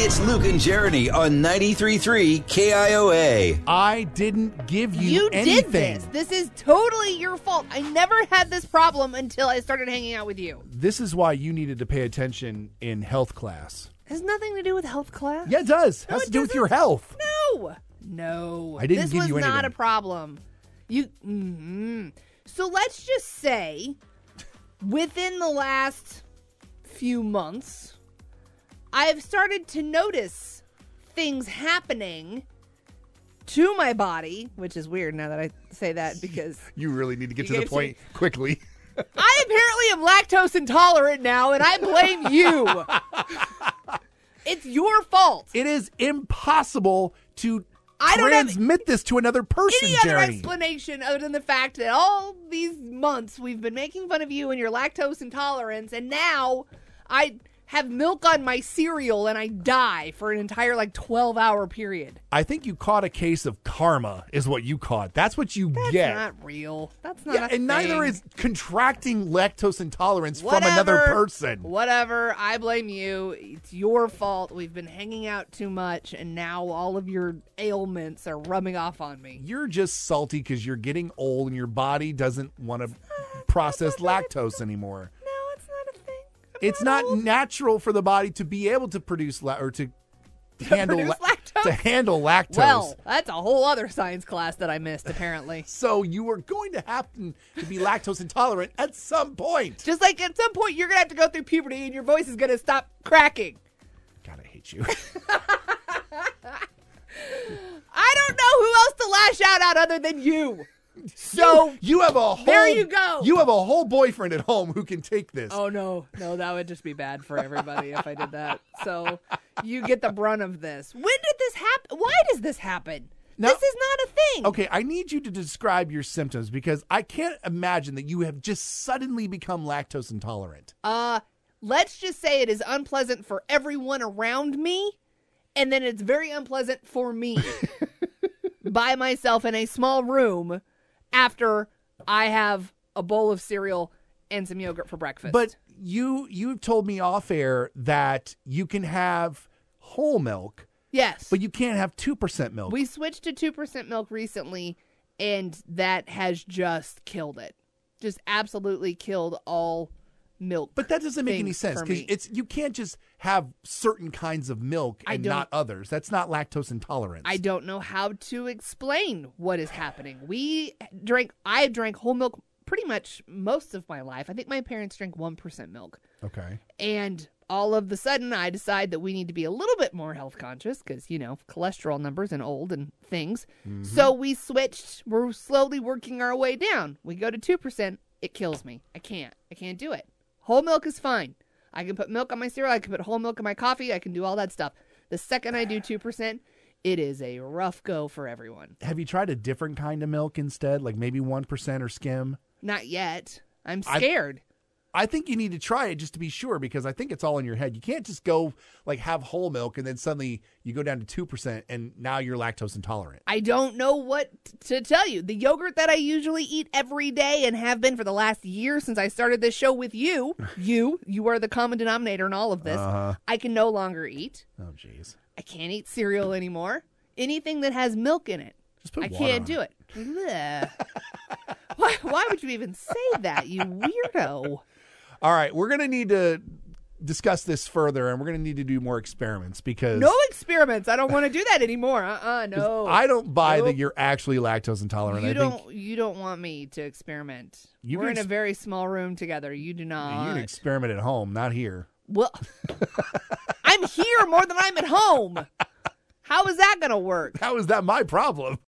It's Luke and Jeremy on 93.3 KIOA. I didn't give you, You anything. did this. This is totally your fault. I never had this problem until I started hanging out with you. This is why you needed to pay attention in health class. It has nothing to do with health class. Yeah, it does. Has it to do with doesn't. your health. No. No. I didn't this give was you not a anything. problem. You mm So let's just say within the last few months I've started to notice things happening to my body, which is weird now that I say that because You really need to get You to the gave point quickly. I apparently am lactose intolerant now, and I blame you. it's your fault. It is impossible to I don't have transmit this to another person, Any other Jerry. explanation other than the fact that all these months we've been making fun of you and your lactose intolerance, and now I have milk on my cereal and I die for an entire like 12 hour period. I think you caught a case of karma, is what you caught. That's what you That's get. not real. That's not yeah, a and neither thing. is contracting lactose intolerance from another Whatever. person. Whatever. I blame you. It's your fault. We've been hanging out too much, and now all of your ailments are rubbing off on me. You're just salty because you're getting old and your body doesn't want to process lactose anymore. No, it's not a thing. I'm It's not old. natural for the body to be able to produce la- or to handle produce lactose? to handle lactose. Well, that's a whole other science class that I missed, apparently. so you are going to happen to be lactose intolerant at some point. Just like at some point, you're going to have to go through puberty and your voice is going to stop cracking. God, I hate you. I don't know who else to lash out at other than you. So. you have a whole There you go. You have a whole boyfriend at home who can take this. Oh no, no, that would just be bad for everybody if I did that. So you get the brunt of this. When did this happen? Why does this happen? Now- this is not a thing. Okay, I need you to describe your symptoms because I can't imagine that you have just suddenly become lactose intolerant. Uh, let's just say it is unpleasant for everyone around me, and then it's very unpleasant for me by myself in a small room after I have a bowl of cereal and some yogurt for breakfast. But you you told me off air that you can have whole milk, yes, but you can't have two percent milk. we switched to two percent milk recently, and that has just killed it. Just absolutely killed all milk. but that doesn't make any things sense for because me. it's you can't just have certain kinds of milk I and don't- not others. That's not lactose intolerance. I don't know how to explain what is happening. We drank, I drank whole milk pretty much most of my life. I think my parents drank 1% milk. okay. And all of the sudden, I decide that we need to be a little bit more health conscious because, you know, cholesterol numbers and old and things. So we switched. We're slowly working our way down. We go to 2%. It kills me. I can't. I can't do it. Whole milk is fine. I can put milk on my cereal. I can put whole milk in my coffee. I can do all that stuff. The second I do 2%, it is a rough go for everyone. Have you tried a different kind of milk instead, like maybe one percent or skim? Not yet. I'm I- scared. I think you need to try it just to be sure because I think it's all in your head. You can't just go like have whole milk and then suddenly you go down to two percent and now you're lactose intolerant. I don't know what t- to tell you. The yogurt that I usually eat every day and have been for the last year since I started this show with you, you, you are the common denominator in all of this. Uh-huh. I can no longer eat. Oh jeez. I can't eat cereal anymore. Anything that has milk in it. Just put I water can't on do it. Blech. why, why would you even say that, you weirdo? All right, we're gonna need to discuss this further, and we're gonna need to do more experiments because No experiments. I don't want to do that anymore. Uh uh no. I don't buy that Nope. you're actually lactose intolerant. you I don't think you don't want me to experiment. You We're can in a ex- very small room together. You do not. you can experiment at home, not here. well, I'm here more than I'm at home. How is that going to work? How is that my problem?